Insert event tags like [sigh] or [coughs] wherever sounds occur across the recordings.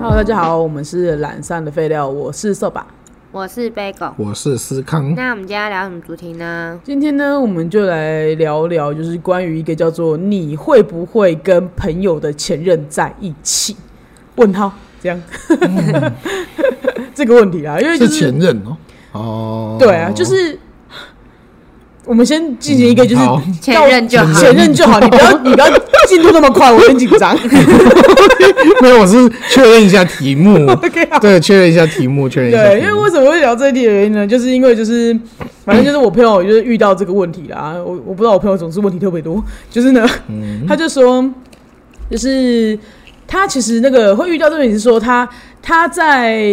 Hello，大家好，我们是懒散的废料，我是瘦吧。我是 Bagel。我是思康，那我们今天要聊什么主题呢？今天呢，我们就来聊聊，就是关于一个叫做“你会不会跟朋友的前任在一起？”问号这样、 [laughs] 这个问题啊，因为就是是前任哦。哦，对啊，就是我们先进行一个就是嗯好前任就好。前任就好，你不要你不要进度那么快，我很紧 [laughs] 张。 [laughs] [laughs] 没有，我是确认一下题目。 OK，好。对，确认一下题目，确认一下对，题目。因为为什么会聊这一题的原因呢？就是因为就是，反正就是我朋友就是遇到这个问题啦。我我不知道我朋友总是问题特别多，就是呢，他就说，就是他其实那个会遇到这个问题是说他他在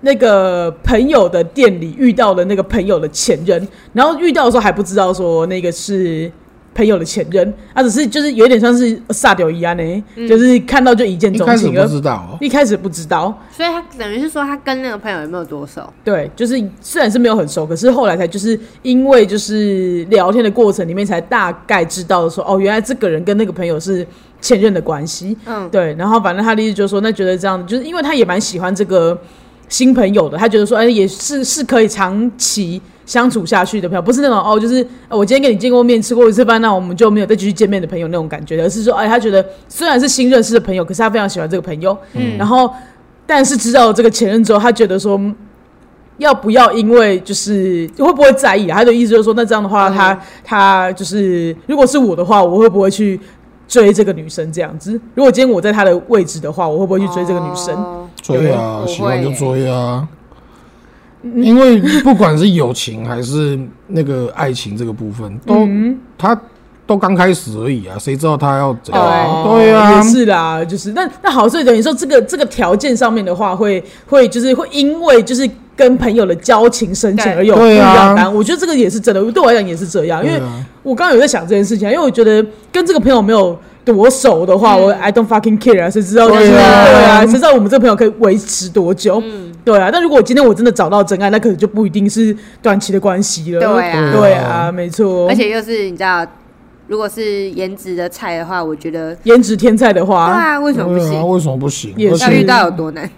那个朋友的店里遇到了那个朋友的前任，然后遇到的时候还不知道说那个是。朋友的前任，他、只是就是有点像是撒掉一样呢，就是看到就一见一钟开始情，不知道哦，一开始不知道，所以他等于是说，他跟那个朋友有没有多熟？对，就是虽然是没有很熟，可是后来才就是因为就是聊天的过程里面才大概知道说，哦，原来这个人跟那个朋友是前任的关系。嗯，对，然后反正他的意思就是说，那觉得这样，就是因为他也蛮喜欢这个新朋友的，他觉得说，哎，也是是可以长期相处下去的朋友，不是那种哦，就是、呃我今天跟你见过面，吃过一次饭，那我们就没有再继续见面的朋友那种感觉，而是说，哎，他觉得虽然是新认识的朋友，可是他非常喜欢这个朋友，嗯，然后但是知道这个前任之后，他觉得说。嗯要不要？因为就是会不会在意、啊？他的意思就是说，那这样的话，嗯他他就是，如果是我的话，我会不会去追这个女生这样子？如果今天我在他的位置的话，我会不会去追这个女生？哦追我啊，会喜欢就追啊。因为不管是友情还是那个爱情这个部分，都他都刚开始而已啊，谁知道他要怎样？哦对啊也，是啦，就是那那好，所以等于说这个这个条件上面的话，会会就是会因为就是跟朋友的交情深浅对而有不一对啊样的答案。我觉得这个也是真的，对我来讲也是这样，因为对啊我刚刚有在想这件事情啊，因为我觉得跟这个朋友没有。多熟的嗯话，我 I don't fucking care 啊，谁知道就是对啊对啊，谁知道我们这个朋友可以维持多久？对啊。但如果今天我真的找到真爱，那可能就不一定是短期的关系了。对啊对啊，没错。而且又是你知道，如果是颜值的菜的话，我觉得颜值天菜的对话，啊，为什么不对啊，行？为什么不行？也而嗯是要且遇到有多难？啊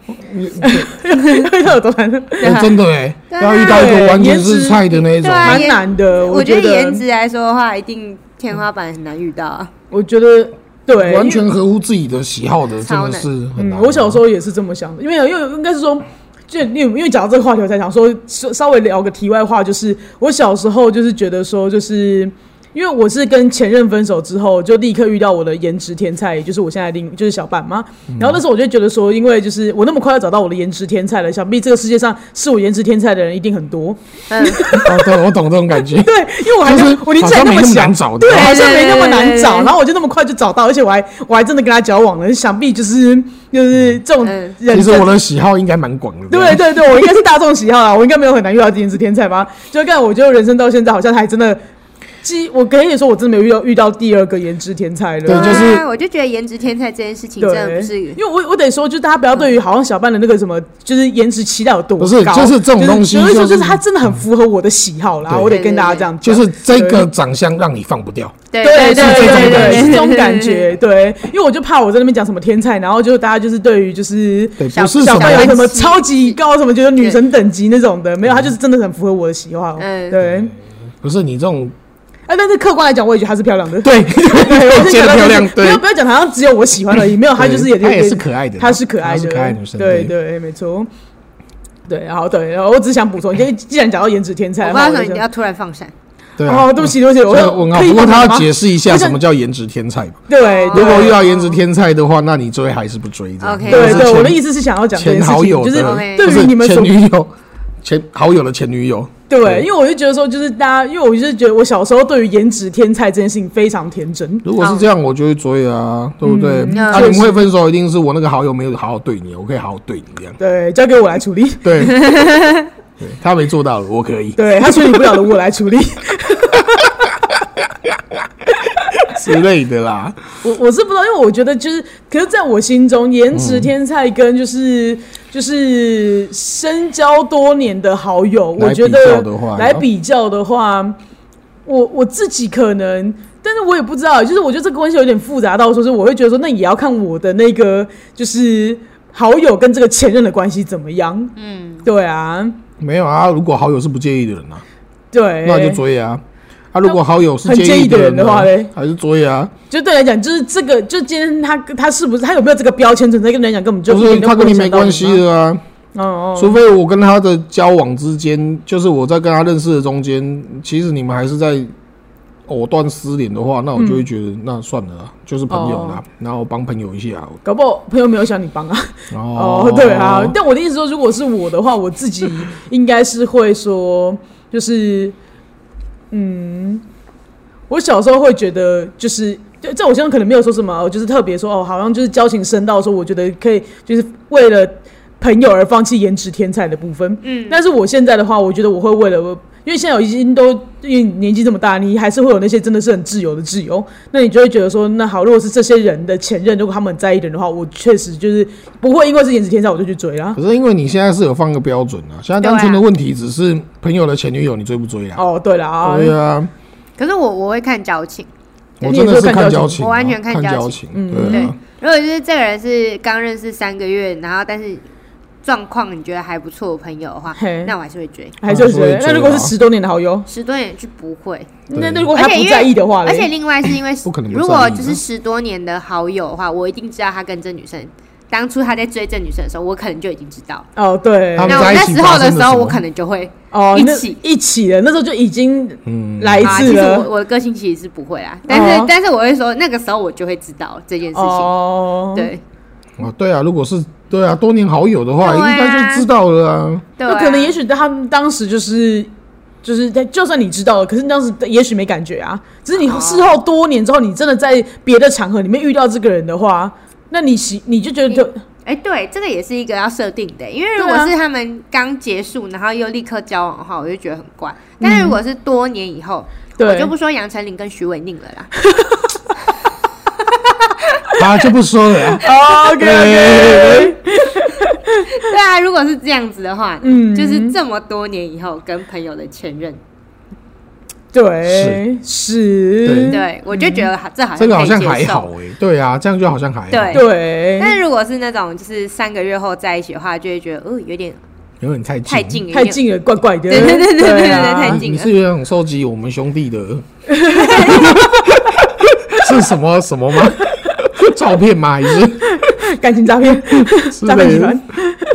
[laughs] 有多 [laughs] 难？哎真的哎，对啊要遇到一个完全是菜的那一对，种啊蛮难的。我觉觉得颜，值来说的话，一定天花板很难遇到 [laughs] 啊。我觉得对，完因为全合乎自己的喜好的，真超的难是很嗯难。，我小时候也是这么想的，因为因为应该是说。就因为因为讲到这个话题，我才想说稍稍微聊个题外话，就是我小时候就是觉得说，就是因为我是跟前任分手之后，就立刻遇到我的颜值天菜，也就是我现在另就是小半嘛。嗯然后那时候我就觉得说，因为就是我那么快要找到我的颜值天菜了，想必这个世界上是我颜值天菜的人一定很多。嗯，哦，对，我懂这种感 [laughs] 。觉对，因为我还就是我年纪还好像么没那么小难找的对，对好像对没那么对难对找，对然后我就那么快就找到，而且我还我还真的跟他交往了，想必就是就是这种嗯人。其实我的喜好应该蛮广的。对对对，我应该是大众喜好啊啦，我应该没有很难遇到颜值天才吧？就看我觉得人生到现在，好像还真的，既我可以说我真的没有遇到遇到第二个颜值天才了。对就是啊我就觉得颜值天菜这件事情真的对不是因为我我得说，就是大家不要对于好像小半的那个什么，就是颜值期待有多高，不是就是这种东西有的时候就是就是他真的很符合我的喜好啦，对我得跟大家这样讲，就是这个长相让你放不掉，对对对是这种对感觉是这种感觉，对，因为我就怕我在那边讲什么天才，然后就大家就是对于就是对，小不是小什小么朋友白什么白痴超级高什么，就是女神等级那种的，没有，他就是真的很符合我的喜好，啊嗯对，不是你 [laughs] 这种啊，但是客观来讲，我也觉得她是漂亮的， [laughs] 对，我我是觉觉得得漂亮，不对要，不要讲好像只有我喜欢而已，没有，她就是也她也是可爱的，她是可爱她的，是可爱女生，对，对，没错。对，好，对，然后我只想补充，哎因为既然讲到颜值天才的我不知话，道我为什就么你要突然放闪，对啊哦，对不起，对不起，这我个问号。可以啊不过放他闪要吗解释一下我想什么叫颜值天菜吧。对，哦对如果遇到颜值天菜的话，那你追还是不追？这样 OK 对就是对，前我的意思是想要讲这件前事好情，友就是的， OK 不对于是你们所前女友、前好友的前女友，对，对因为我就觉得说，就是大家，因为我就是觉得我小时候对于颜值天才这件事情非常天真。如果是这样，我就会追啊，对不对？嗯那啊，你们会分手，一定是我那个好友没有好好对你，我可以好好对你这样。对，交给我来处理。 [laughs] 对，对他没做到，我可以。对他处理不了的，我来处理。 [laughs] 之类的啦。我我是不知道，因为我觉得就是，可是在我心中，颜值天才跟就是、就是深交多年的好友，来我觉比得较的话来比较的话，我我自己可能。但是我也不知道，就是我觉得这个关系有点复杂到说是我会觉得说，那也要看我的那个就是好友跟这个前任的关系怎么样？嗯，对啊，没有啊，如果好友是不介意的人啊，对，那就追啊。啊，如果好友是哎很介介意的人人啊的话嘞还是追啊？就对来讲，就是这个，就今天他他是不是他有没有这个标签存在，跟人讲根本就不一是点都他跟不能你没想到关系嘛。的啊，哦哦，除非我跟他的交往之间，就是我在跟他认识的中间，其实你们还是在藕断丝连的话，那我就会觉得、嗯那算了啊，就是朋友哦啦，然后帮朋友一下。搞不好朋友没有想你帮啊。[laughs] 哦哦，对啊，但我的意思说，如果是我的话，我自己应该是会说，就是，嗯，我小时候会觉得，就是，就在我身上可能没有说什么，我就是特别说，哦，好像就是交情深到说，我觉得可以，就是为了朋友而放弃颜值天才的部分。嗯，但是我现在的话，我觉得我会为了我。因为现在我已经都因为年纪这么大，你还是会有那些真的是很自由的自由，那你就会觉得说，那好，如果是这些人的前任，如果他们很在意的人的话，我确实就是不会因为是颜值天才我就去追啦。可是因为你现在是有放个标准啊，现在单纯的问题只是朋友的前女友你追不追啊？哦，对了啊，对啊，可是我我会看交情，我真的是看交情啊，我完全看看交情，对对啊。。如果就是这个人是刚认识三个月，然后但是状况你觉得还不错的朋友的话嘿，那我还是会追。还是会觉还得是会。追那如果是啊十多年的好友，十多年就不会，对那那如果而哦他且因不为在意的话嘞，而且另外是因为 [laughs] 不可能不在如意啊果就是十多年的好友的话，我一定知道他跟这女生。当初他在追这女生的时候，我可能就已经知道。哦对他们那我在一那起时候发生了的时候，什么我可能就会哦一那起一起的，那时候就已经嗯来一啊，次其实我了。我的个性其实是不会啦，但是、哦但是我会说，那个时候我就会知道这件事情。哦，对，哦，对啊，如果是对啊，多年好友的话，对啊应该就知道了 [laughs] 啊。对啊、那可能也许他们当时就是。就是在，就算你知道了，可是你当时也许没感觉啊。只是你哦事后多年之后，你真的在别的场合里面遇到这个人的话，那你喜你就觉得就哎、对，这个也是一个要设定的，因为如对果啊是他们刚结束，然后又立刻交往的话，我就觉得很怪。但是如果是多年以后，我嗯对就不说杨丞琳跟徐伟宁了啦。 [laughs] 啊，就不 [laughs] 说了啊。哦 OK OK，对啊，如果是这样子的话，嗯嗯，就是这么多年以后跟朋友的前任，对，是，对对我就觉得嗯这好像这个好像可以接还受好哎、对啊，这样就好像还好，对对，但是如果是那种就是三个月后在一起的话，就会觉得哦有点有点太近太近了，太有点近了，怪怪的。对对对对对啊对太你近了你是有点收集我们兄弟的， [laughs] 是什么什么吗？ [laughs] 照片吗？还是感情诈 [laughs] 骗，诈骗集团。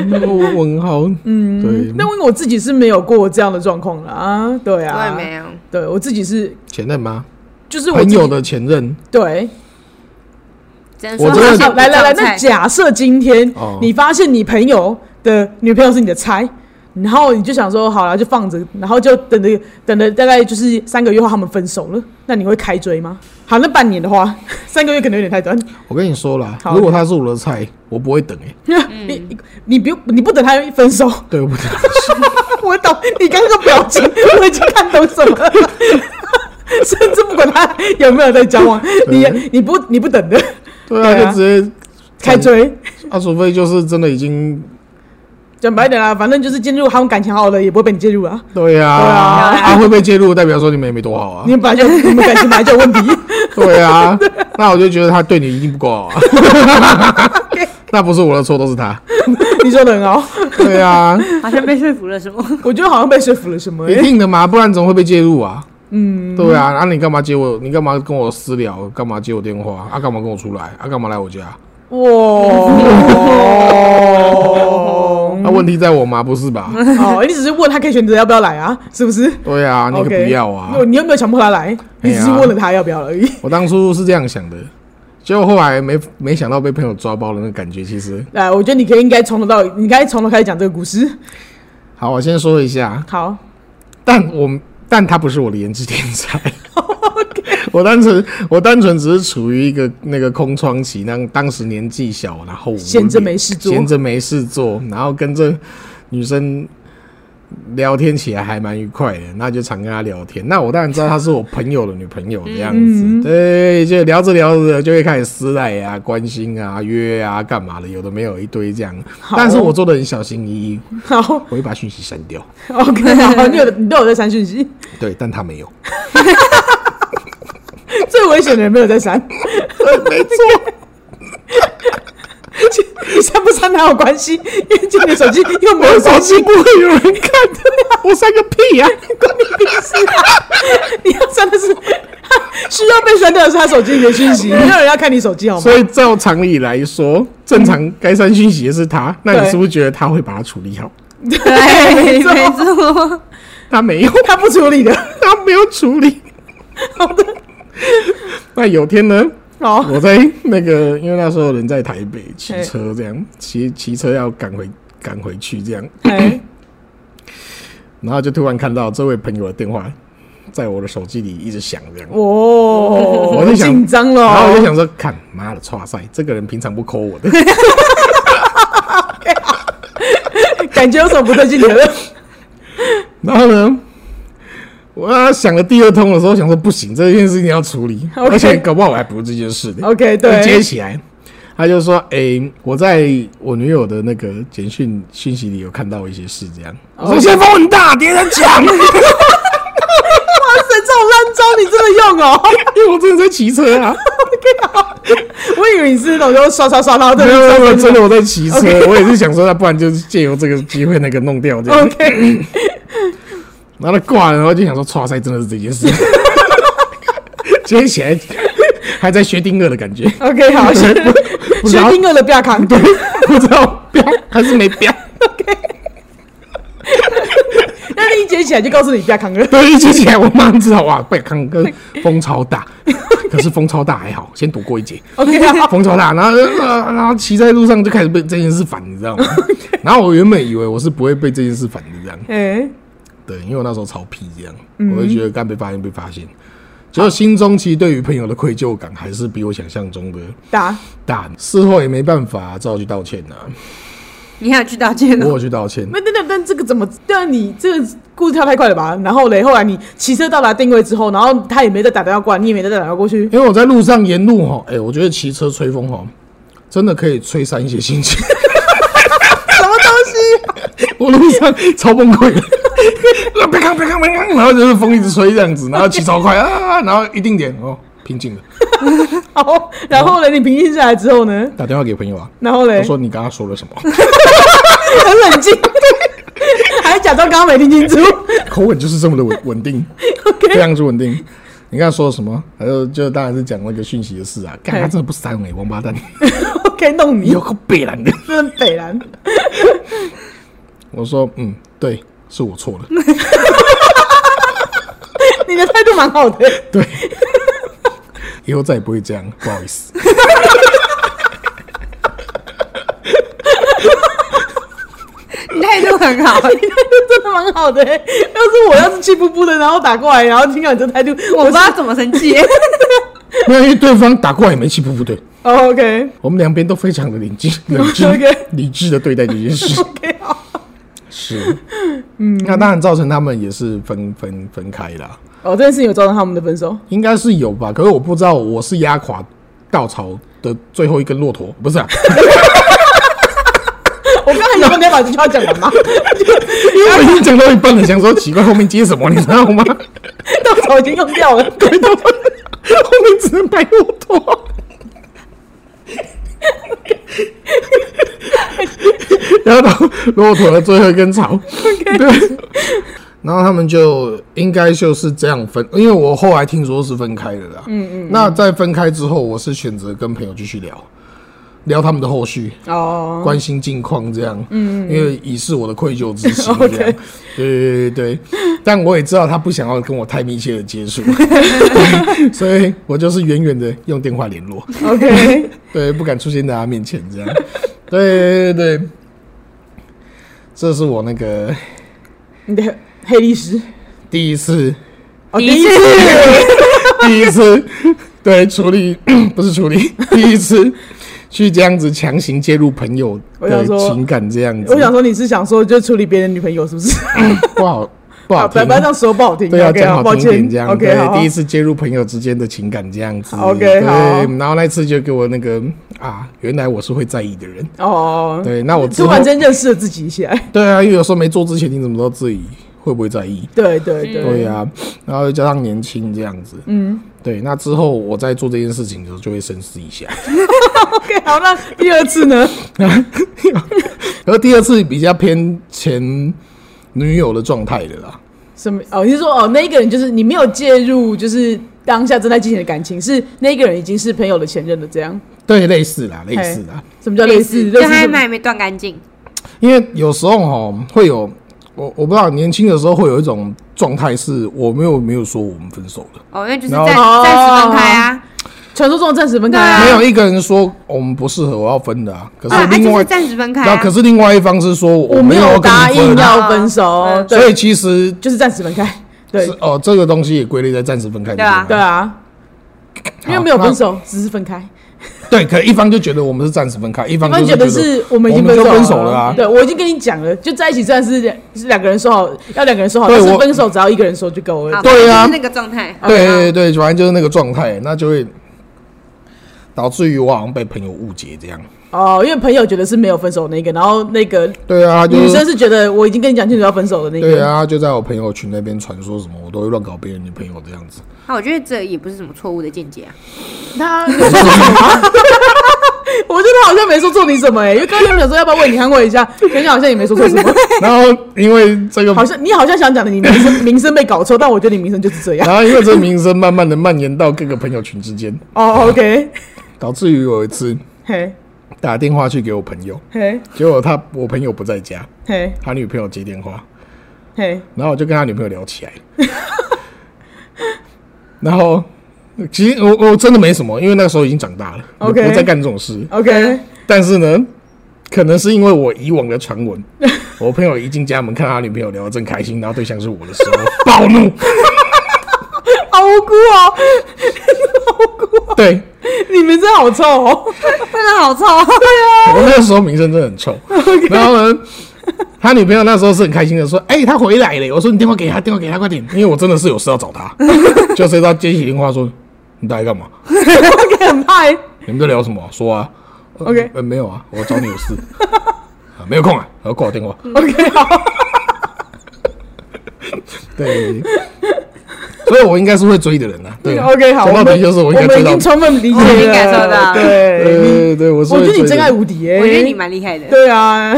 问问号？嗯，那对，因为我自己是没有过这样的状况啦，对我也啊，没有。对我自己是前任吗？就是我自朋己友的前任，对。只能我说真的好 [laughs] 像来来来，不那 [laughs] 上菜假设今天哦你发现你朋友的女朋友是你的菜。然后你就想说好了就放着，然后就等着等着，大概就是三个月后他们分手了，那你会开追吗？好，那半年的话， [laughs] 三个月可能有点太短。我跟你说啦，好如果他是我的菜，我不会等 [laughs] 哎、你你你不用你不等他分手， [laughs] 对，我不等。我懂你刚刚那个表情，我已经看懂什么了。 [laughs] 甚至不管他有没有在交往，你你不你不等的 [laughs] 对对啊，啊就直接开追，啊，除非就是真的已经讲白点啦，反正就是进入他们感情好了，也不会被你介入啊。对呀、对啊啊会被介入，代表说你们也没多好啊 [laughs] 你。们 [laughs] 本来就你们感情本来就有问题，对啊，那我就觉得他对你一定不够 [laughs] 好啊。那不是我的错，都是他。你说的很好，对 [laughs] 啊，好像被说服了什么？我觉得好像被说服了什么、一欸。定的嘛，不然怎么会被介入啊？嗯，对啊，那、你干嘛接我？你干嘛跟我私聊？干嘛接我电话？啊，干嘛跟我出来？啊，干嘛来我家？哇，哦，那、问题在我吗？不是吧？你只是问他可以选择要不要来啊，是不是？对啊，你可 OK 不要啊！哎你有没有强迫他来？你只是问了他要不要而已。我当初是这样想的，结果后来没没想到被朋友抓包的那个感觉，其实来，我觉得你可以应该从头到尾，你应该从头开始讲这个故事。好，我先说一下，好，但我但他不是我的颜值天才。 [laughs] 我单纯，我单纯只是处于一个那个空窗期，那当时年纪小，然后无聊闲着没事做闲着没事做，然后跟这女生聊天起来还蛮愉快的，那就常跟她聊天。那我当然知道她是我朋友的女朋友的样子，嗯对，就聊着聊着就会开始私赖啊、关心啊、约啊、干嘛的，有的没有一堆这样。好哦但是我做的很小心翼翼，好我会把讯息删掉。 ，OK，好，你有你都有在删讯息，对，但她没有。最危 [laughs] 险的人没有在删，没错， [laughs] 你删不删他哪有关系？因为今年手机又没有手手机机，不会有人看的，我删个屁啊呀、关你屁事啊！ [laughs] 你要删的是他需要被删掉的是他手机里的讯 [laughs] 息，没有人要看你手机好吗？所以照常理来说，正常该删讯息的是他，那你对是不是觉得他会把它处理好？对， [laughs] 没错没错，他没有， [laughs] 他不处理的，他没有处理。好的，那有天呢，好，我在那个，因为那时候人在台北骑车，这样骑骑车要赶回赶回去这样，哎，然后就突然看到这位朋友的电话在我的手机里一直响这样。哦，我在想紧张了然后我就哦，想说，看妈的，哇塞，这个人平常不抠我的， [laughs] 感觉有什么不对劲的了？然后呢，我要想了第二通的时候，想说不行，这件事情要处 [laughs] 理 OK 而且搞不好我还不是这件事的。 OK，对就接起来，他就说：“诶，我在我女友的那个简讯讯息里有看到一些事，这样。我说：“先锋很大，别人讲， [laughs] 因哇塞，这种烂招你真的用哦？ [laughs] 为我真的在骑车啊，我以为你是那种就刷刷刷，然后对 [laughs] 没有面没有没有，刷 [laughs] 真的我在骑车，我也是想说，那不然就是借由这个机会那个弄掉这样。 OK，然后他挂了，然后就想说，哇塞，真的是这件事。接起来还在薛定谔的感觉， [laughs] OK，好，学不学知道丁二的不要扛，不知道标还是没标，那你一接起来就告诉你不要扛了。对，一接起来我马上知道哇，贝康跟风超大， [laughs] 可是风超大还好，先躲过一劫。 OK，好， [laughs] 风超大，然后、呃、然后骑在路上就开始被这件事烦，你知道吗？然后我原本以为我是不会被这件事烦的，这样哎，对，因为我那时候超皮这样，我就觉得干被发现被发现，结果心中其实对于朋友的愧疚感还是比我想象中的打大，事后也没办法、只好去道歉 [laughs] 呐、 [laughs] 你还有去道歉我哦。有去道歉，那等等，但这个怎么？但你这个故事跳太快了吧？然后嘞，后来你骑车到达定位之后，然后他也没再打电话过来，你也没再打电话过去。因为我在路上沿路哈，哎、我觉得骑车吹风哈，真的可以吹散一些心 [laughs] 情。什么东西？ [laughs] 我路上超崩溃的， [laughs] 别看别看别看，然后就是风一直吹这样子，然后骑 [laughs] 超快啊，然后一定点哦，平静了。好，然后嘞，你平静下来之后呢？打电话给朋友啊，然后嘞我，说你刚刚说了什么？很冷静， [laughs] 还假装刚刚没听清楚。口吻就是这么 [laughs] 的稳稳定，非 OK，常之稳定。你刚刚说了什么？还有就当然是讲那个讯息的事啊，干他真的不删哎、王八蛋， OK，弄你你 [laughs] 有，个北蓝的。真的北蓝。我说嗯，对，是我 [laughs] 错了。你的态度蛮好的，对，以后再也不会这样，不好意思。你态度很 [laughs] 好，你态度真的蛮好的。要是我要是气不不的，然后打过来，然后听到你这态度，我我不知是道怎么生气。没有，因为对方打过来也没气不不对，哦 OK 我们两边都非常的 [laughs] 冷静、冷静 OK、理智的对待这件 [laughs] 事。 OK 好。是，嗯，那当然造成他们也是分分分开啦，哦，这件事情有造成他们的分手。应该是有吧？可是我不知道我是压垮稻草的最后一根骆驼，不是、啊？ [laughs] 我刚才有没有把这句话讲完 [laughs] 吗？因为我已经讲到一半了，想说奇怪后面接什么，你知道吗？后稻草已经用掉了，对的。面只能摆骆驼。然后到骆驼的最后一根草。对。然后他们就应该就是这样分，因为我后来听说是分开的啦。嗯嗯。那在分开之后，我是选择跟朋友继续聊，聊他们的后续，哦，关心近况这样。嗯。因为以示我的愧疚 [laughs] 之心这样 OK。对对对对。但我也知道他不想要跟我太密切的接触， [laughs] 所以我就是远远的用电话联络。 OK，对，不敢出现在他面前这样。对对对对，这是我那个 [laughs] 你的黑历史，第 [laughs] 一次，哦，第第一一次次，第一次对处理 [clears throat] 不是处 [laughs] 理，第一次去这样子强行介入朋友我想的说情感这样子我，想说你是想说就处理别人女朋友是不是？不好不好啊，不要听不。要这样说不好听，哦对，要 OK，讲好抱听一点歉这样。 OK，好，对，第一次，次介入朋友之间的情感这样子。好，OK，对，好然后那次就给我那个啊，原来我是会在意的人。哦，对，那我之突后然间认识了自己一下， [laughs] 对啊，因为有时候没做之前，你怎么知道自己会不会在意？对对对，对呀、然后又加上年轻这样子，嗯，对。那之后我在做这件事情的时候，就会深思一下， [laughs] OK，好，那第二次呢？然后第二次比较偏前女友的状态的啦，什么？哦，你是说哦，那一个人就是你没有介入，就是当下正在进行的感情，是那个人已经是朋友的前任了，这样？对，类似啦， [laughs] 类似啦。什么叫类似？就类他似还什没么？还没断干净，因为有时候哈会有我我不知道年轻的时候会有一种状态是我没有没有说我们分手了，哦，那就是然后暂暂时分开啊，传说中的暂时分开、对啊没啊，有一个人说我们不适合我要分的啊，可啊，是他另就外是暂时分开那啊可。是另外一方是说我没没有有跟答你应分啊，要分手，嗯对，所以其实就是暂时分开。对是，哦这个东西也归类在暂时分开里面啊，对啊，因为没有分手，只是分开。对，可一方就觉得我们是暂时分开，一方一般就觉觉得是我们已经我手们就分分手了啊对，我已经跟你讲了，就在一起虽然是两是两个人说好要两个人说好，对但是我分手只要一个人说就够了好。对啊就是那个状态。对对对，反正就是那个状态，那就会导致于我好像被朋友误解这样。哦，因为朋友觉得是没有分手那个，然后那个对啊，就女生是是觉得我已经跟你讲清楚要分手的那个。对啊，就在我朋友群那边传说什么，我都会乱搞别人女朋友这样子。 [laughs] 那我觉得这也不是什么错误的见解啊。 [laughs] 他，我觉得他好像没说错你什么哎、因为刚才他们想说要不要问你安慰一下，可是你好像也没说错什么，然后因为这个，好像你好像想讲的你名声名声被搞错，但我觉得你名声就是这样。然后因为这个名声慢慢的蔓延到各个朋友群之间，哦、o k 导致于有一次嘿，打电话去给我朋友，嘿，结果他我朋友不在家，嘿，他女朋友接电话，嘿，然后我就跟他女朋友聊起来， [laughs] 然后其实我我真的没什么，因为那个时候已经长大了 OK 我不再干这种事。 OK，但是呢，可能是因为我以往的传闻，我朋友一进家门看他女朋友聊得正开心，然后对象是我的时候，暴怒。 [laughs] 好无辜哦，好无辜、哦，对你名声好臭哦，真的好臭，对我那个时候名声真的很臭。然后呢，他女朋友那时候是很开心的说：“哎、他回来了。”我说：“你电话给他，电话给他，快点！”因为我真的是有事要找他。就谁知道接起电话说：“你打来干嘛？ [laughs] 我很怕欸。你们在聊什么？说啊。呃” OK 呃，没有啊，我找你有事。啊没有空啊，然后挂我电话。 OK，好，对，所以我应该是会追的人啊。对 [laughs] OK，好，我讲到们的就是我应该们追已到经的。充分理解我了，已经感受到对，对对，我是我觉会得你追真的爱无敌哎、啊，我觉得你蛮厉害的，对啊，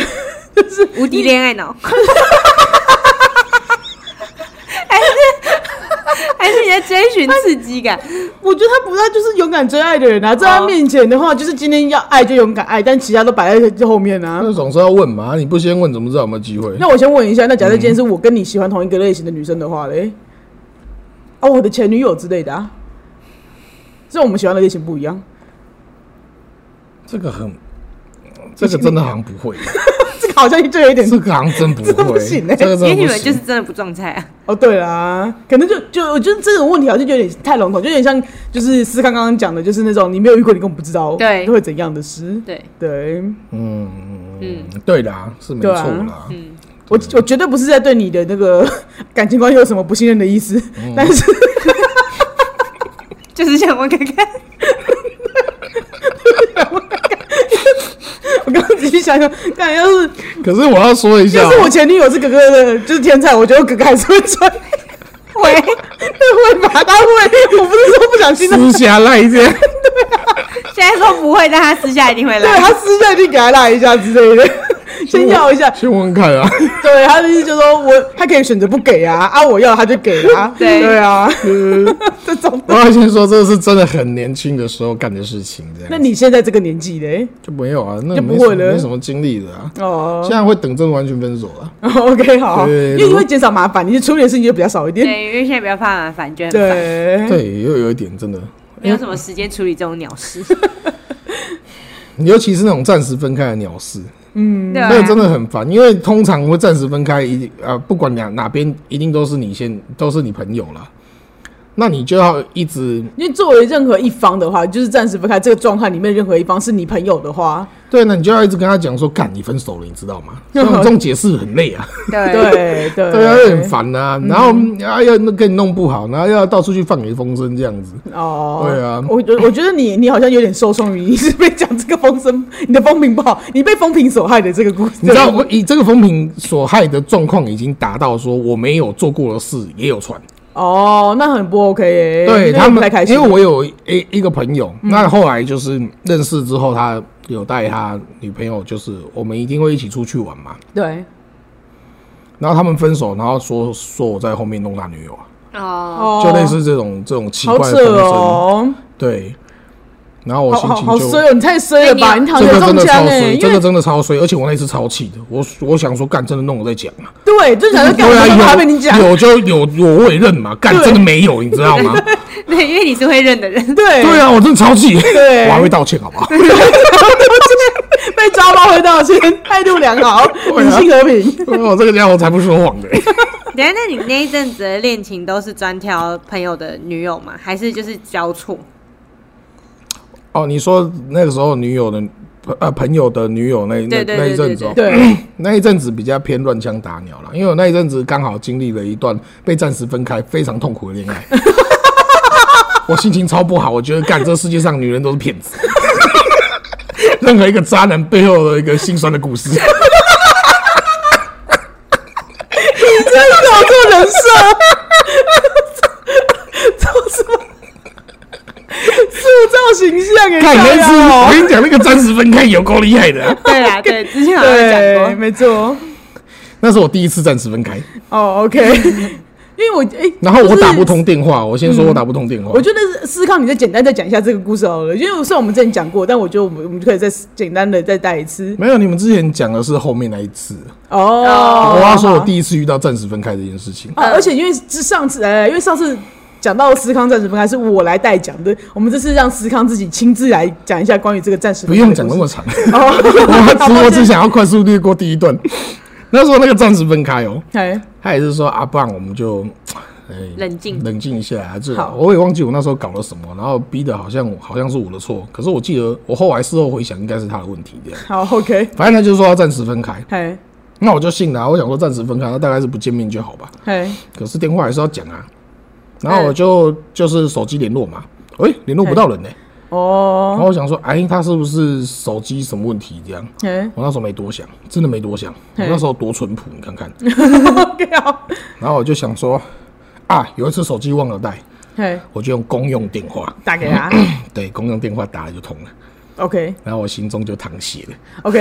就是无敌恋爱 [laughs] 脑。还是还是你在追寻刺激感？我觉得他不，他就是勇敢追爱的人啊，在哦他面前的话，就是今天要爱就勇敢爱，但其他都摆在这后面啊。那总是要问嘛，你不先问怎么知道有没有机会？那我先问一下，那嗯假设今天是我跟你喜欢同一个类型的女生的话嘞，哦，我的前女友之类的啊，所以我们喜欢的类型不一样，这个很，这个真的好像不 [laughs] 会，这个好像就有一点这个好像真不真的不会，行欸这个因为真你的不们就行是。真的不撞菜啊，哦，对啦，可能就就我觉得这种问题好像就有点太笼统，就有点像就是思康刚刚讲的，就是那种你没有遇过，你根本不知道对会怎样的事。对，对嗯嗯，对啦，是没对错啊啦。我我绝对不是在对你的那个 [laughs] 感情观有什么不信任的意思，嗯但是 [laughs] 就是想问看看，我刚刚仔细想想，看要是可是我要说一下要，是我前女友是哥哥的，就是天才，我觉得我哥哥还是会穿，喂， [laughs] 会吧？他会，我不是说不想信任，私下赖一 [laughs] 下，现在说不会，但他私下一定会对啊来。他私下去给他拉一下之类的，先要一下。先问看啊。 [laughs] 对他的意思就是说我他可以选择不给啊，啊我要他就给啊，[laughs] 对对啊，呃这种。我要先说，这是真的很年轻的时候干的事情，这样。那你现在这个年纪嘞？就没有啊？那就没不什会了没什么经历的啊。哦 [laughs] 现在会等真的完全分手啊。 ，OK，好，对因为你会减少麻烦，你就处理的事情就比较少一点。对，因为现在比较怕麻烦，觉得很烦，对，对，又有一点真的，没有什么时间处理这种鸟事。尤其是那种暂时分开的鸟事，对啊那嗯个真的很烦，因为通常会暂时分开，一定呃，不管哪哪边，一定都是你先，都是你朋友啦。那你就要一直因为作为任何一方的话，就是暂时分开这个状态里面，任何一方是你朋友的话，对，那你就要一直跟他讲说，干，你分手了，你知道吗？这种这种解释很累啊，对对对对啊，会很烦啊。然后啊，要那跟你弄不好，然后要到处去放你的风声这样子。哦，对啊我觉我觉得你你好像有点受伤于你是被讲这个风声，你的风评不好，你被风评所害的这个故事，你知道，我以这个风评所害的状况已经达到说我没有做过的事也有传，哦，那很不 OK 耶、对那他也不们太开，心。嗯因为我有一一个朋友，那后来就是认识之后，他有带他女朋友，就是我们一定会一起出去玩嘛。对然后他们分手，然后说说我在后面弄他女友啊，哦，哦，[laughs] 就类似这种这种奇好怪的扯风声。哦，对，然后我好心好情好就衰哦，你太衰了吧，哎你你躺这着个真中的枪超哎、衰，因这为个真的超衰，而且我那次超气的，我我想说干真的弄了再讲 [laughs] 啊，对，就想说干对嘛啊，干嘛被你讲，有有就有有我也认嘛，干对真的没有，你知道吗？对，因为你是会认的人， [laughs] [laughs] 对对啊，我真的超气，对 [laughs] 我还会道歉好不好？被抓包会道歉，态度良 [laughs] 好，理啊性和平。我哎这个家伙才不说谎的，等一下，那你那一阵子的恋情都是专挑朋友的女友吗？还是就是交错？ [laughs] 哦，你说那个时候女友的呃朋友的女友那那对对那一对阵对子、哦对，，对，那一阵子比较偏乱枪打鸟了，因为我那一阵子刚好经历了一段被暂时分开非常痛苦的恋爱， [laughs] 我心情超不好，我觉得干这世界上女人都是骗子， [laughs] 任何一个渣男背后的一个心酸的 [laughs] 故事，真的有这人设？造什么？塑造形象给看大啊那家次我哦。跟你讲那个暂时分开有够厉害的啊、 [laughs] 对啦，对，之前好像有对，讲过。没错。那是我第一次暂时分开，哦，OK。因为我哎，然后我就是打不通电话，我先说我打不通电话，我觉得是思考，你再简单再讲一下这个故事好了，因为虽然我们之前讲过，但我觉得我们我们就可以再简单的再带一次。没有，你们之前讲的是后面那一次。哦，我要说，我弟。第一次遇到暂时分开这件事情。啊，而且因为是上次，呃，因为上次讲到思康暂时分开是我来代讲的，我们这次让思康自己亲自来讲一下关于这个暂时不分开的用故事讲那么长，哦，[laughs] 我只我只想要快速略过第一段。那时候那个暂时分开哦，哎，他也是说啊，不然我们就，哎冷静冷静一下啊。最好好我也忘记我那时候搞了什么，然后逼得好像好像是我的错，可是我记得我后来事后回想，应该是他的问题这样。好，OK，反正他就说要暂时分开，哎，那我就信了啊、我想说暂时分开，那大概是不见面就好吧。哎，可是电话还是要讲啊，然后我就、就是手机联络嘛，喂、联络不到人呢、然哦，后我想说，哎，他是不是手机什么问题这样？哎我那时候没多想，真的没多想。我嘿那时候多淳朴，你看看。 ，OK，好，然后我就想说，啊，有一次手机忘了带，哎，我就用公用电话，打给 [coughs] 他对，公用电话打了就通了。 ，OK，OK，然后我心中就淌血了。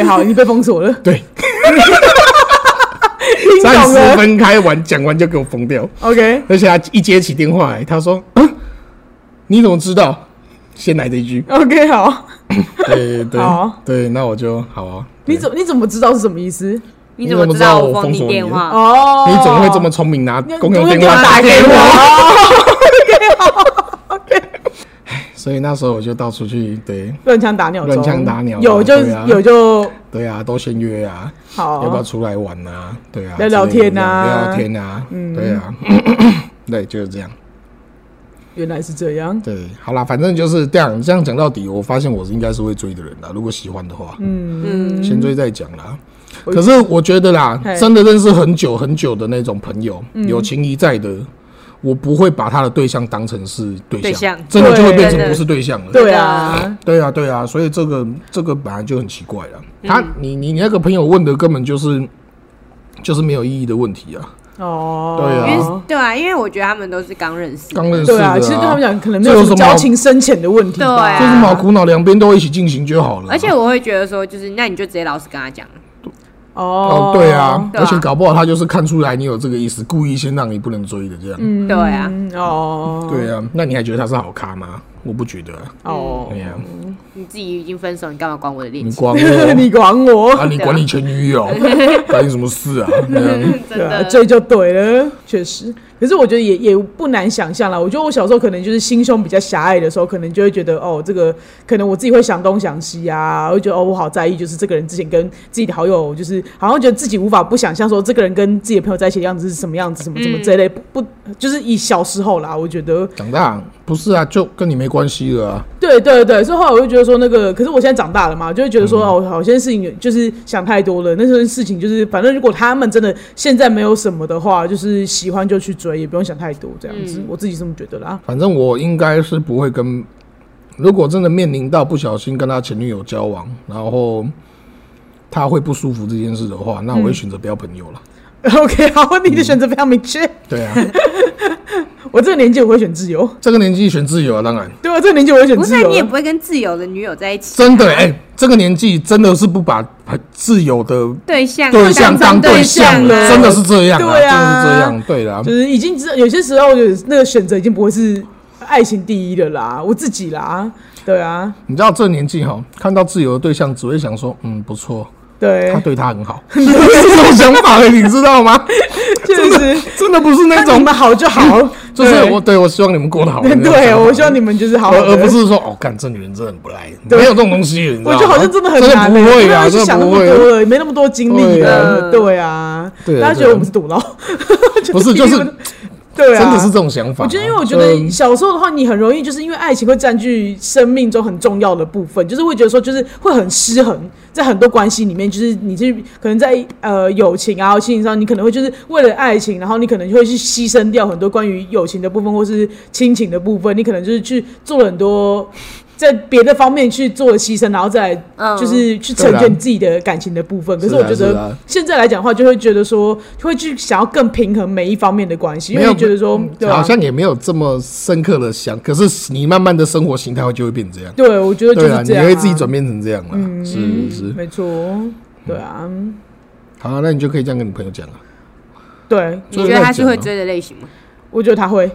好，你被封锁了，对，听暂懂时了分开完，讲完就给我封掉。 ，OK，，而且他一接起电话来，他说：“啊，你怎么知道？”先来这一句 OK，好，对对好啊对，那我就好啊。你对怎你怎么知道是什么意思？你怎么知道我封你电你怎么知道我话？封锁哦，你怎么会这么聪明，拿你？公你用会电给我话打给我，所以那时候我就到处去，对乱枪打鸟中，乱枪打鸟啊有就对啊有就对啊，都先约啊，好，要不要出来玩啊？对啊，哦聊聊之类的天啊嗯聊聊天啊，对啊， [coughs] 对，就是这样。原来是这样。对，好啦，反正就是这样，这样讲到底，我发现我是应该是会追的人啦。如果喜欢的话，嗯，先追再讲啦。我可是我觉得啦嘿，嗯真的认识很久很久的那种朋友，有情谊在的，我不会把他的对象当成是对对象，象真的就会对变成真的不是对象了。对啊，对啊，对啊，所以这个这个本来就很奇怪了。啊嗯他，你你你那个朋友问的根本就是就是没有意义的问题啊，哦，对啊因为对啊，因为我觉得他们都是刚认识，刚认识对的、啊，其实对他们讲，可能没有什么交情深浅的问题吧。对啊这有什么好苦恼？两边都一起进行就好了。而且我会觉得说，就是那你就直接老实跟他讲，哦哦，，对啊，对啊而且搞不好他就是看出来你有这个意思，故意先让你不能追的这样。嗯，对啊哦，对啊，那你还觉得他是好咖吗？我不觉得、啊。哦对，呀、你自己已经分手，你干嘛管我的恋你情？管我 [laughs] [laughs] 你管啊？ [laughs] 我，你管你前 [laughs] 女友，关你什么事啊？ [laughs] 对啊嗯真对啊，的，这就对了，确实。可是我觉得也也不难想象啦。我觉得我小时候可能就是心胸比较狭隘的时候，可能就会觉得哦，这个可能我自己会想东想西啊，会觉得哦，我好在意，就是这个人之前跟自己的好友，就是好像觉得自己无法不想象说这个人跟自己的朋友在一起的样子是什么样子，什么嗯什么这一类，不不就是以小时候啦，我觉得。长大不是啊，就跟你没关系了啊。对对对，所以后来我就觉得说，那个，可是我现在长大了嘛，就会觉得说，哦，好些事情就是想太多了。那些事情就是，反正如果他们真的现在没有什么的话，就是喜欢就去追，也不用想太多这样子。我自己这么觉得啦。 [laughs] 反正我应该是不会跟，如果真的面临到不小心跟他前女友交往，然后他会不舒服这件事的话，嗯那我会选择不要朋友了。 OK，好，你的选择非常明确。对啊，我这个年纪我会选自由， [laughs] 这个年纪选自由啊，当然对啊，这个年纪我会选不自是由你也啊不。会跟自由的女友在一起，真的哎、这个年纪真的是不把自由的对象对象当当对象象了，了真的是这样啊，对真啊的是这样，对啦就。是已经知道有些时候有那个选择已经不会是爱情第一的啦，我自己啦，对啊，你知道这年纪哈，看到自由的对象只会想说，嗯，不错，对他，啊对他很 [laughs] 好，是这种想法欸的，你知道吗？就是真的不是那那你种，们好 [laughs] 就好， [laughs] 就是对我，对我希望你们过得好。那种想 [laughs] 对法我希望你们就是好好而的，而不是说哦，干这女人真的很不赖，对没有这种东西，你知道我吗觉得好像真的很真的难、不欸，会啊，大家去真的想那不么会多啊，了，也没那么多精力了，对啊，对啊大家觉得我们是 [laughs] 赌佬，不是就是真对啊，的是这种想法啊。我觉得，因为我觉得小时候的话，你很容易就是因为爱情会占据生命中很重要的部分，就是会觉得说，就是会很失衡，在很多关系里面，就是你去可能在呃友情啊、亲情上，你可能会就是为了爱情，然后你可能就会去牺牲掉很多关于友情的部分或是亲情的部分，你可能就是去做了很多。在别的方面去做了牺牲，然后再来嗯就是去对成啊全自己的感情的部分。可是我觉是啊是得啊现在来讲的话，就会觉得说，就会去想要更平衡每一方面的关系，因没为有觉得说，对啊好像也没有这么深刻的想，可是你慢慢的生活形态就会变这样。对，我觉得就对啊，是你这样、嗯会自己转变成这样了。是是，没错，对啊，好啊，那你就可以这样跟你朋友讲啊了。对，你觉得他是会追的类型吗？我觉得他会，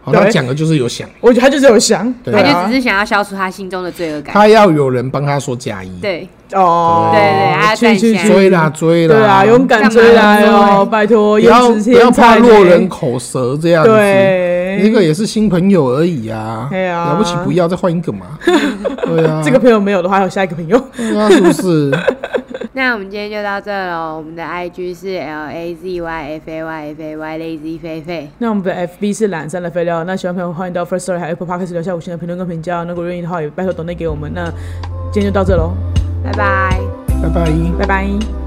好，他对讲的就是有想，我觉得他就是有想，对啊他就只是想要消除他心中的罪恶感。他要有人帮他说加一，对，哦，啊对对他去站去起来去，追啦追啦，对啊，勇敢追来哦，拜托，不颜要值不天要怕才落呢人，口舌这样子。对，那个也是新朋友而已啊，对啊了不起不要再换一 [laughs] 个嘛，对啊，这个朋友没有的话，还有下一个朋友， [laughs] 对啊是不是？那我们今天就到这喽。我们的 IG 是 L A Z Y F A Y F A Y Lazy 菲菲。那我们的 FB 是懒散的废料，那喜欢朋友欢迎到 First Story 还有 Apple Podcast 留下五星的评论跟评价，如果愿意的话也拜托抖内给我们，那今天就到这喽，拜拜。拜拜。拜拜。